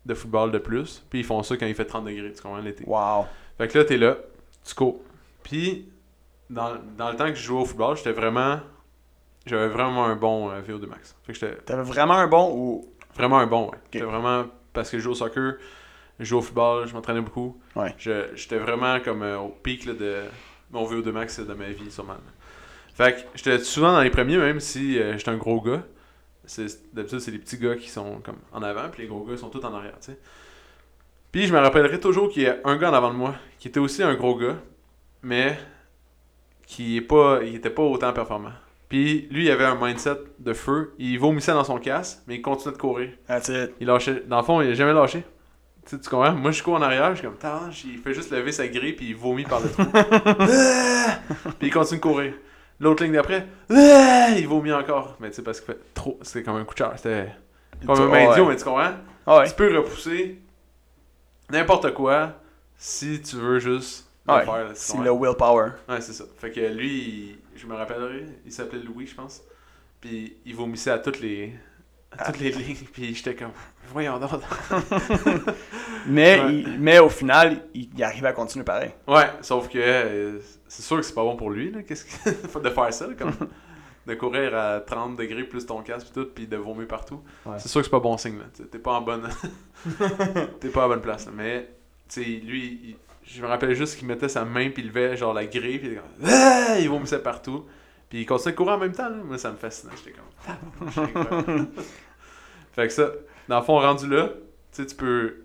de football de plus. Puis ils font ça quand il fait 30 degrés, tu comprends, l'été.
Wow.
Fait que là, t'es là, tu cours. Puis, dans, dans le temps que je jouais au football, j'étais vraiment. J'avais vraiment un bon euh, VO2 max. Fait que j'étais
T'avais vraiment un bon ou.
Vraiment un bon, ouais. J'étais vraiment. Parce que je joue au soccer, Je jouais au football, je m'entraînais beaucoup.
Ouais.
Je- J'étais vraiment comme euh, au pic là, de mon VO2 max de ma vie, sûrement. Fait que j'étais souvent dans les premiers, même si euh, j'étais un gros gars. C'est- D'habitude, c'est les petits gars qui sont comme en avant, puis les gros gars sont tous en arrière, tu sais. Puis je me rappellerai toujours qu'il y a un gars en avant de moi qui était aussi un gros gars, mais qui est pas, il était pas autant performant. Puis lui, il avait un mindset de feu. Il vomissait dans son casque, mais il continuait de courir.
That's it.
Il lâchait. Dans le fond, il a jamais lâché. Tu, sais, tu comprends? Moi, je cours en arrière, je suis comme, Tabarnak, il fait juste lever sa grille, puis il vomit par le trou. Ah! puis il continue de courir. L'autre ligne d'après, Ah! il vomit encore. Mais tu sais, parce que fait trop. C'était comme un coup de cœur. C'était comme un
Ouais.
main idiot, mais tu comprends?
Ah Ouais.
Tu peux repousser n'importe quoi si tu veux juste le
Ah Ouais.
faire. là, tu
C'est
comprends?
le willpower.
Ouais, c'est ça. Fait que lui, il- je me rappellerai, il s'appelait Louis, je pense. Puis il vomissait à toutes les, à toutes les lignes. Puis j'étais comme, voyons donc.
Mais,
Ouais.
il- mais au final, il, il arrive à continuer pareil.
Ouais, sauf que euh, c'est sûr que c'est pas bon pour lui, là. Qu'est-ce que... faut de faire ça, là, comme de courir à 30 degrés plus ton casque, puis tout, puis de vomir partout.
Ouais.
C'est sûr que c'est pas bon signe, là. T'sais, T'es pas en bonne. T'es pas à bonne place, là. Mais, tu sais, lui, il- je me rappelle juste qu'il mettait sa main, puis il levait, genre, la grille, puis il était comme. Ah! Il vomissait partout. Puis il continuait de courir en même temps, là. Moi, ça me fascinait. J'étais comme. Tabarnak, c'est incroyable. fait que ça, dans le fond, rendu là, tu sais, tu peux.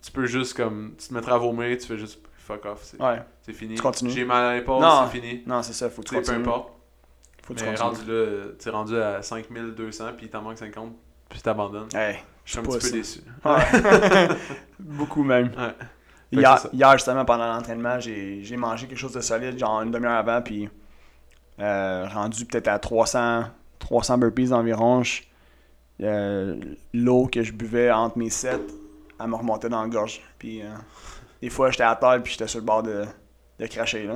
Tu peux juste, comme. Tu te mettras à vomir, tu fais juste. Fuck off, c'est
Ouais.
c'est fini.
Tu continues.
J'ai mal à l'épaule,
Non.
c'est fini.
Non, c'est ça, faut que tu
Tu sais, peu
continues.
importe.
Faut que tu
Mais
continues.
rendu là, euh, t'es rendu à 5200, puis il t'en manque 50, puis t'abandonnes.
Hey.
Je suis un
pas
petit peu
ça.
déçu.
Ouais. Beaucoup même.
Ouais. que c'est
Hier,
ça.
hier, justement, pendant l'entraînement, j'ai j'ai mangé quelque chose de solide, genre une demi-heure avant, puis euh, rendu peut-être à 300, 300 burpees environ. je- euh, L'eau que je buvais entre mes sets, elle me remontait dans la gorge. Puis euh, des fois, j'étais à terre, puis j'étais sur le bord de, de cracher. Là,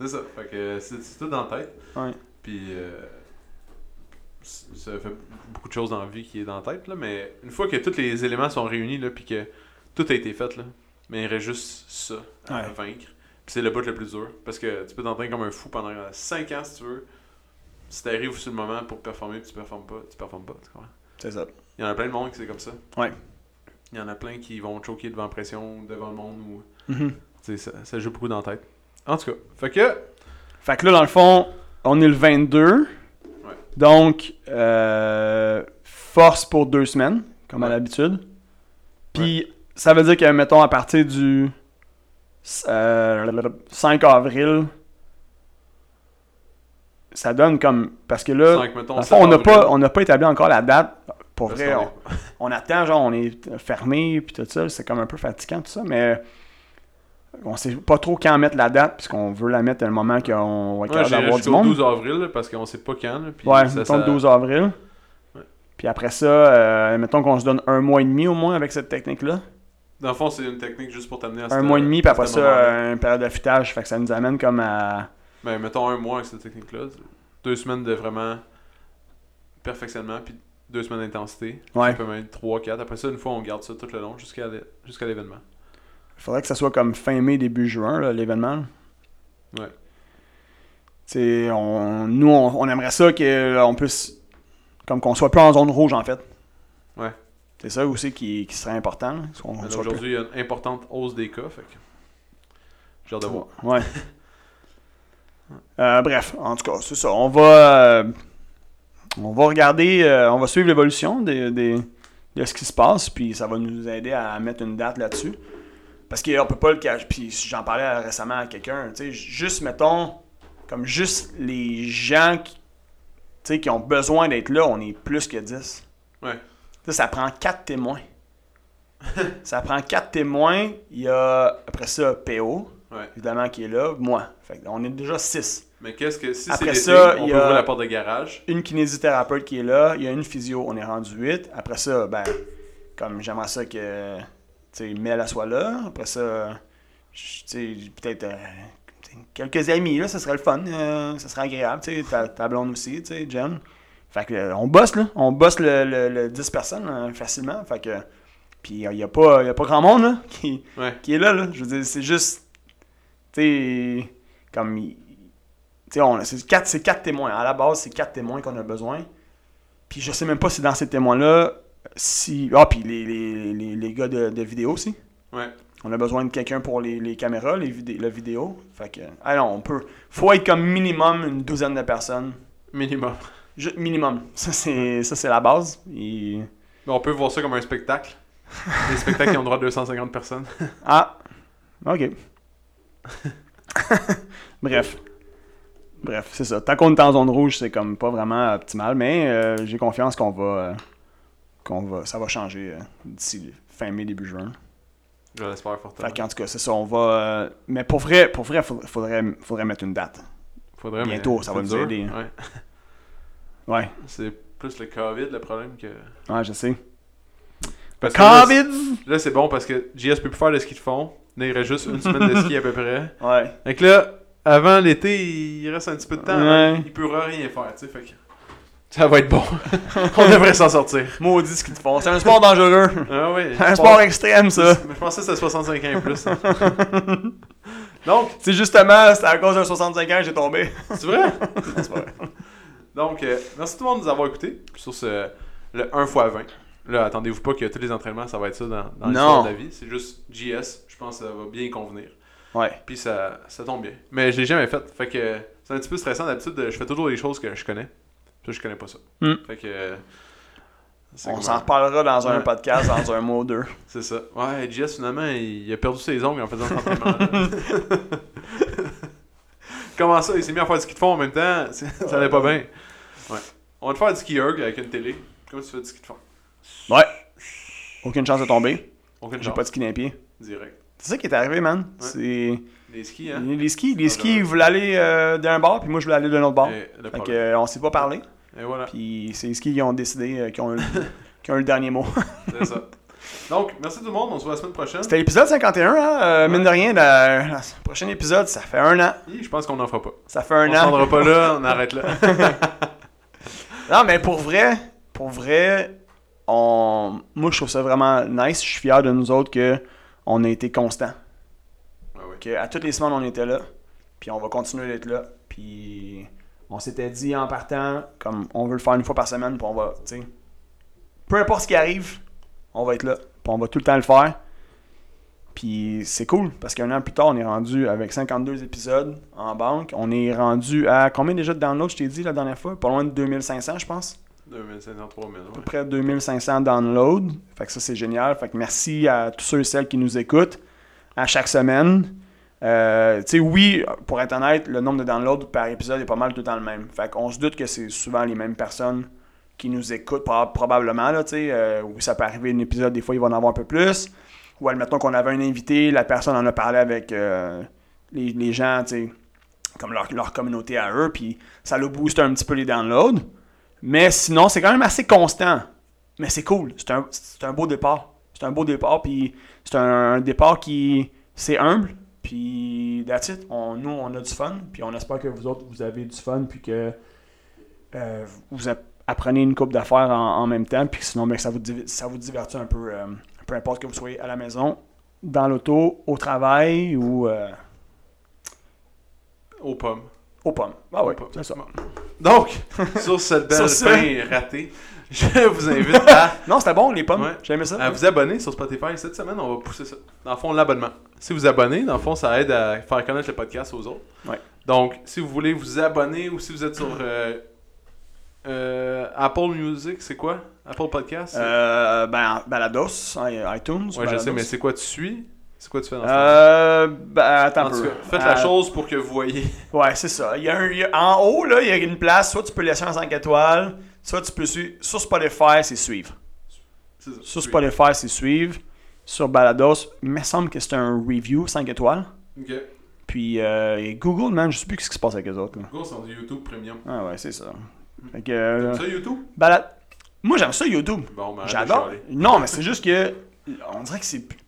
C'est ça. Fait que euh, c'est c'est tout dans la tête.
Ouais.
Puis euh, c- ça fait beaucoup de choses dans la vie qui est dans la tête, là. Mais une fois que tous les éléments sont réunis, là, puis que tout a été fait, là, mais il reste juste ça à
Ouais.
vaincre. Puis c'est le bout le plus dur. Parce que tu peux t'entraîner comme un fou pendant 5 ans si tu veux. Si t'arrives sur le moment pour performer, puis tu performes pas, tu performes pas, tu comprends?
C'est ça.
Il y en a plein de monde qui c'est comme ça.
Ouais.
Il y en a plein qui vont choquer devant pression, devant le monde, ou.
Mhm.
Tu sais, ça, ça joue beaucoup dans la tête. En tout cas, fait que.
Fait que là, dans le fond, on est le 22.
Ouais.
Donc, euh, force pour deux semaines, comme à
Ouais.
l'habitude. Puis, ça veut dire que, mettons, à partir du euh, 5 avril, ça donne comme. Parce que là,
cinq, mettons,
Euh, dans le
sept
fond, on n'a
avril,
pas, on n'a pas établi encore la date. Pour
parce
vrai,
qu'on
on, on attend, genre, on est fermé, puis tout ça. C'est comme un peu fatigant, tout ça, mais euh, on sait pas trop quand mettre la date, puisqu'on veut la mettre à un moment qu'on va
est- Moi,
être capable
j'irais
d'avoir du
jusqu'au
monde.
12 avril, là, parce qu'on sait pas quand. là, puis
ouais,
ça,
mettons
ça-
le 12 avril.
Ouais.
Puis après ça, euh, mettons qu'on se donne un mois et demi au moins avec cette technique-là.
Dans le fond, c'est une technique juste pour t'amener à
Un
cette-
mois et demi, puis
à
après
ce
ça,
moment-là.
euh, une période d'affûtage. Fait que ça nous amène comme à.
Mais Ben, mettons un mois avec cette technique-là. Deux semaines de vraiment perfectionnement, puis deux semaines d'intensité.
Ouais.
Ça peut même être 3-4. Après ça, une fois, on garde ça tout le long jusqu'à l'é- jusqu'à l'événement.
Faudrait que ça soit comme fin mai, début juin, là, l'événement.
Ouais.
T'sais, on, nous, on, on aimerait ça qu'on puisse. Comme qu'on soit plus en zone rouge, en fait.
Ouais.
C'est ça aussi qui, qui serait important. là, qu'on
Mais là,
soit plus-
Aujourd'hui, il y a une importante hausse des cas. Fait que... J'ai hâte de voir.
Ouais. Euh, bref, en tout cas, c'est ça. On va, euh, on va regarder, euh, on va suivre l'évolution des- des- de ce qui se passe, puis ça va nous aider à mettre une date là-dessus. Parce qu'on peut pas le cacher. Puis j'en parlais récemment à quelqu'un, tu sais, juste mettons, comme juste les gens qui, tu sais, qui ont besoin d'être là, on est plus que 10.
Ouais.
Tu sais, ça prend 4 témoins. ça prend 4 témoins. Il y a, après ça, PO
Ouais.
évidemment, qui est là, moi. Fait que on est déjà six.
Mais qu'est-ce que si
Après
c'est l'été,
ça,
on
il y
peut
a-
ouvrir la porte de garage.
Une kinésithérapeute qui est là, il y a une physio, on est rendu huit. Après ça, ben, comme j'aimerais ça que, tu sais, Mel elle soit là. Après ça, je- tu sais, peut-être euh, tu sais, quelques amis, là, ça serait le fun, euh, ça serait agréable, tu sais, ta, ta blonde aussi, tu sais, Jen. Fait que, euh, on bosse, là. On bosse le, le- le 10 personnes là, facilement. Fait que, puis euh, il n'y a, pas- il y a pas grand monde, là, qui,
Ouais.
qui est là, là. Je veux dire, c'est juste. Tu sais, comme. il- Tu sais, on a- c'est quatre, c'est quatre témoins. À la base, c'est quatre témoins qu'on a besoin. Puis je sais même pas si dans ces témoins-là, si. Ah, puis les, les, les, les gars de, de vidéo aussi.
Ouais.
On a besoin de quelqu'un pour les, les caméras, les vidé- la vidéo. Fait que. Ah non, on peut. Faut être comme minimum une douzaine de personnes.
Minimum.
Juste minimum. Ça, c'est ça, c'est la base. Et-
Mais on peut voir ça comme un spectacle. Des spectacles qui ont droit à 250 personnes.
Ah. OK. Bref. Bref, c'est ça. Tant qu'on est en zone rouge, c'est comme pas vraiment optimal, mais euh, j'ai confiance qu'on va, euh, qu'on va, ça va changer euh, d'ici fin mai, début juin.
Je l'espère
Fait
fortement.
qu'en tout cas, c'est ça, on va... euh, mais pour vrai, pour vrai, faudrait, faudrait, faudrait mettre une date.
Faudrait,
bientôt, ça va
c'est
nous
dur.
aider. hein.
Ouais.
Ouais,
C'est plus le COVID le problème que.
ouais, je sais.
Parce que là,
COVID!
c'est- Là, c'est bon parce que JS peut plus faire le ski de fond. Là, il reste juste une semaine de ski à peu près.
Ouais.
Fait que là, avant l'été, il reste un petit peu de temps. hein.
Ouais.
Il peut rien faire, tu sais. Fait que. Ça va être bon. on devrait s'en sortir.
Maudit ce qu'ils te font. C'est un sport dangereux.
Ah oui.
un sport extrême, ça.
Mais je pensais que c'était 65 ans et plus. hein. Donc,
C'est justement, c'est à cause d'un 65 ans que j'ai tombé.
c'est vrai?
C'est pas vrai.
Donc, euh, merci tout le monde de nous avoir écoutés sur ce, le 1 x 20. Là, attendez-vous pas que tous les entraînements, ça va être ça dans, dans l'histoire
Non.
de la vie. C'est juste JS, je pense que ça va bien y convenir.
Ouais.
Puis ça, ça tombe bien. Mais je l'ai jamais fait. Fait que euh, c'est un petit peu stressant d'habitude. euh, Je fais toujours des choses que je connais. Puis je connais pas ça.
Hmm.
Fait que. euh, c'est
On
comme-
s'en reparlera dans un
Ouais.
podcast, dans un mois ou deux.
C'est ça. Ouais, JS finalement, il, il a perdu ses ongles en faisant cet entraînement. Comment ça Il s'est mis à faire du ski de fond en même temps. C'est- Ça allait pas bien. Ouais. On va te faire du ski erg avec une télé. Comme tu fais du ski de fond.
Ouais. Aucune chance de tomber.
Aucune
J'ai
chance.
pas de ski dans les pieds.
Direct.
C'est ça qui est arrivé, man.
Ouais.
C'est
Les skis, hein
les skis. Les
Ah,
skis,
j'avoue.
ils voulaient aller euh, d'un bord, puis moi, je voulais aller d'un autre bord.
Et, le
Fait que,
problème.
euh, on s'est pas parlé.
Et voilà.
Puis c'est les skis qui ont décidé, euh, qui, ont eu, qui ont eu le dernier mot.
C'est ça. Donc, merci tout le monde. On se voit la semaine prochaine.
C'était l'épisode 51, hein? euh, mine de rien, la- la- le prochain épisode, ça fait un an.
Hi, Je pense qu'on n'en fera pas.
Ça fait un
on ne
an.
rendra pas là, on arrête là.
Non, mais pour vrai, pour vrai, on... moi je trouve ça vraiment nice. Je suis fier de nous autres que on a été constant.
Ah oui.
Que à toutes les semaines on était là, puis on va continuer d'être là. Puis on s'était dit en partant, comme on veut le faire une fois par semaine, puis on va, tu sais, peu importe ce qui arrive, on va être là, puis on va tout le temps le faire. Puis c'est cool parce qu'un an plus tard, on est rendu avec 52 épisodes en banque. On est rendu à combien déjà de downloads, je t'ai dit la dernière fois Pas loin de 2500, je pense
2500, 3000.
à peu près 2500 downloads. Fait que ça, c'est génial. Fait que merci à tous ceux et celles qui nous écoutent à chaque semaine. Euh, tu sais, oui, pour être honnête, le nombre de downloads par épisode est pas mal tout le temps le même. Fait qu'on se doute que c'est souvent les mêmes personnes qui nous écoutent prob- probablement, là, tu sais. euh, oui, ça peut arriver un épisode, des fois, il va en avoir un peu plus. Ou admettons qu'on avait un invité, la personne en a parlé avec euh, les, les gens, tu sais, comme leur, leur communauté à eux, puis ça le booste un petit peu les downloads. Mais sinon, c'est quand même assez constant. Mais c'est cool. C'est un, c'est un beau départ. C'est un beau départ. Puis c'est un, départ qui. C'est humble. Puis that's it. On, nous, on a du fun. Puis on espère que vous autres, vous avez du fun. Puis que euh, vous app- apprenez une coupe d'affaires en, en même temps. Puis que sinon, ben, que ça, vous, div- ça vous divertit un peu. euh, peu importe que vous soyez à la maison, dans l'auto, au travail ou euh,
Aux pommes.
aux pommes. Ah ouais,
Aux pommes.
c'est ça.
Bon. Donc, sur cette belle
Sur ce-
fin ratée, je vous invite à,
Non, c'était bon, les pommes.
Ouais.
J'aimais ça.
à vous abonner sur Spotify. Cette semaine, on va pousser ça. Dans le fond, l'abonnement. Si vous abonnez, dans le fond, ça aide à faire connaître le podcast aux autres.
Ouais.
Donc, si vous voulez vous abonner ou si vous êtes sur euh, euh, Apple Music, c'est quoi Apple Podcast
Euh, ben, Balados, i- iTunes.
Ouais, je sais,
Balados.
mais c'est quoi tu suis C'est quoi tu fais dans ce temps-là?
Euh, ben, attends
En
un
tout
peu.
cas, faites la
Euh,
chose pour que vous voyez.
Ouais, c'est ça. Il y a un- il y a- en haut, là, il y a une place. Soit tu peux laisser un 5 étoiles, soit tu peux suivre. Sur Spotify, c'est suivre.
C'est ça.
Sur
Oui.
Spotify, c'est suivre. Sur Balados, il me semble que c'est un review 5 étoiles.
Ok.
Puis euh, et Google, man, je sais plus ce qui se passe avec les autres. là.
Go, c'est du YouTube Premium.
Ah ouais, c'est ça. Fait que,
T'aimes
euh,
ça, YouTube
Bala- Moi, j'aime ça, YouTube.
Bon, ben, arrête de
J'adore.
chialer.
Non, mais c'est juste que. On dirait que c'est. plus-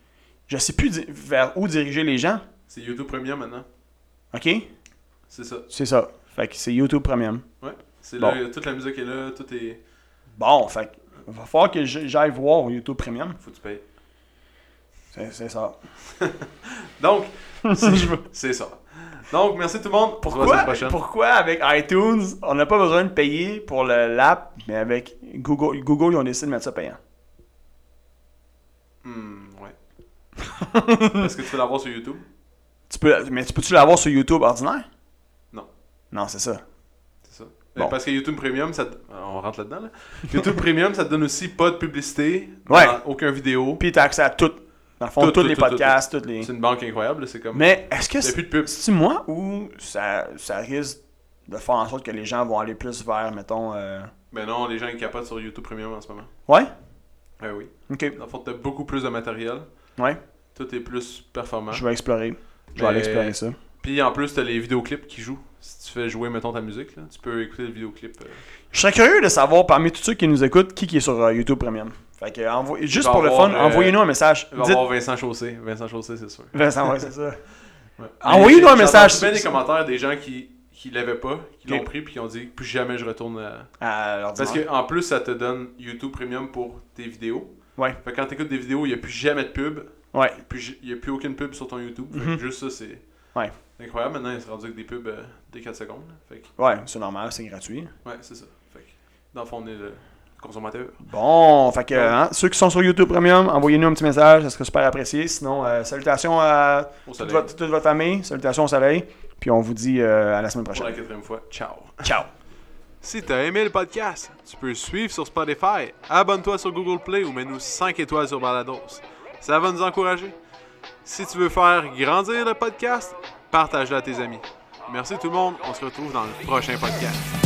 Je sais plus di- vers où diriger les gens.
C'est YouTube Premium maintenant.
OK?
C'est ça.
C'est ça. Fait que c'est YouTube Premium.
Ouais. C'est
Bon.
là, toute la musique est là, tout est.
Bon, fait que va falloir que j- j'aille voir YouTube Premium.
Faut que tu payes.
C'est c'est ça.
Donc, si je veux- c'est ça. Donc, merci tout le monde. On se voit la
Pourquoi,
semaine prochaine.
pourquoi avec iTunes, on n'a pas besoin de payer pour le- l'app, mais avec Google, Google, ils ont décidé de mettre ça payant.
Hmm, ouais. Parce que tu peux l'avoir sur YouTube.
Tu peux, mais tu peux-tu l'avoir sur YouTube ordinaire?
Non.
Non, c'est ça.
C'est ça. Euh,
Bon.
Parce que YouTube Premium, ça. te- euh, On rentre là-dedans, là. YouTube Premium, ça te donne aussi pas de publicité.
Ouais.
dans Aucun vidéo.
Puis t'as accès à tout. Dans le fond,
Tout,
tous
tout,
les
tout, tout,
podcasts, toutes les.
C'est une banque incroyable, là, c'est comme.
Mais est-ce que
Il y a
c'est
plus de pubs.
c'est-tu moi ou ça, ça risque de faire en sorte que les gens vont aller plus vers, mettons. euh,
Ben non, les gens ils capotent sur YouTube Premium en ce moment.
Ouais?
Ah oui.
Ok.
Dans le fond, t'as beaucoup plus de matériel.
Ouais.
Tout est plus performant.
Je vais explorer. Je vais aller
Mais-
explorer ça.
Puis en plus, t'as les vidéoclips qui jouent. Si tu fais jouer, mettons, ta musique, là, tu peux écouter le vidéoclip. euh.
Je serais curieux de savoir parmi tous ceux qui nous écoutent qui, qui est sur euh, YouTube Premium. Fait que, envo- juste
va
pour le
avoir,
fun,
euh,
envoyez-nous un message.
Il va y
Dites-
avoir Vincent Chaussé. Vincent Chaussé, c'est sûr.
Vincent, ouais, c'est ça.
Ouais.
Envoyez-nous
Mais
un message.
J'ai entendu bien des commentaires des gens qui, qui l'avaient pas, qui
Ok.
l'ont pris, puis qui ont dit plus jamais je retourne à.
À l'ordinaire.
Parce que en plus, ça te donne YouTube Premium pour tes vidéos.
Ouais.
Fait que quand t'écoutes des vidéos, il n'y a plus jamais de pub.
Ouais.
Puis il n'y a plus aucune pub sur ton YouTube. Fait que
Mhm.
Juste ça, c'est.
Ouais.
Incroyable, maintenant, ils se rendent avec des pubs euh, dès 4 secondes. là. Fait que,
Ouais, c'est normal, c'est gratuit.
ouais, c'est ça. Fait que, dans le fond, on est le consommateur.
Bon, fait que hein, ceux qui sont sur YouTube Premium, envoyez-nous un petit message, ça serait super apprécié. Sinon, euh, salutations à
Au
toute
soleil.
votre, toute votre famille, salutations au soleil, puis on vous dit euh, à la semaine
Pour
prochaine.
la quatrième fois. Ciao.
Ciao!
Si t'as aimé le podcast, tu peux le suivre sur Spotify, abonne-toi sur Google Play ou mets-nous 5 étoiles sur Balados. Ça va nous encourager. Si tu veux faire grandir le podcast, partage-le à tes amis. Merci tout le monde, on se retrouve dans le prochain podcast.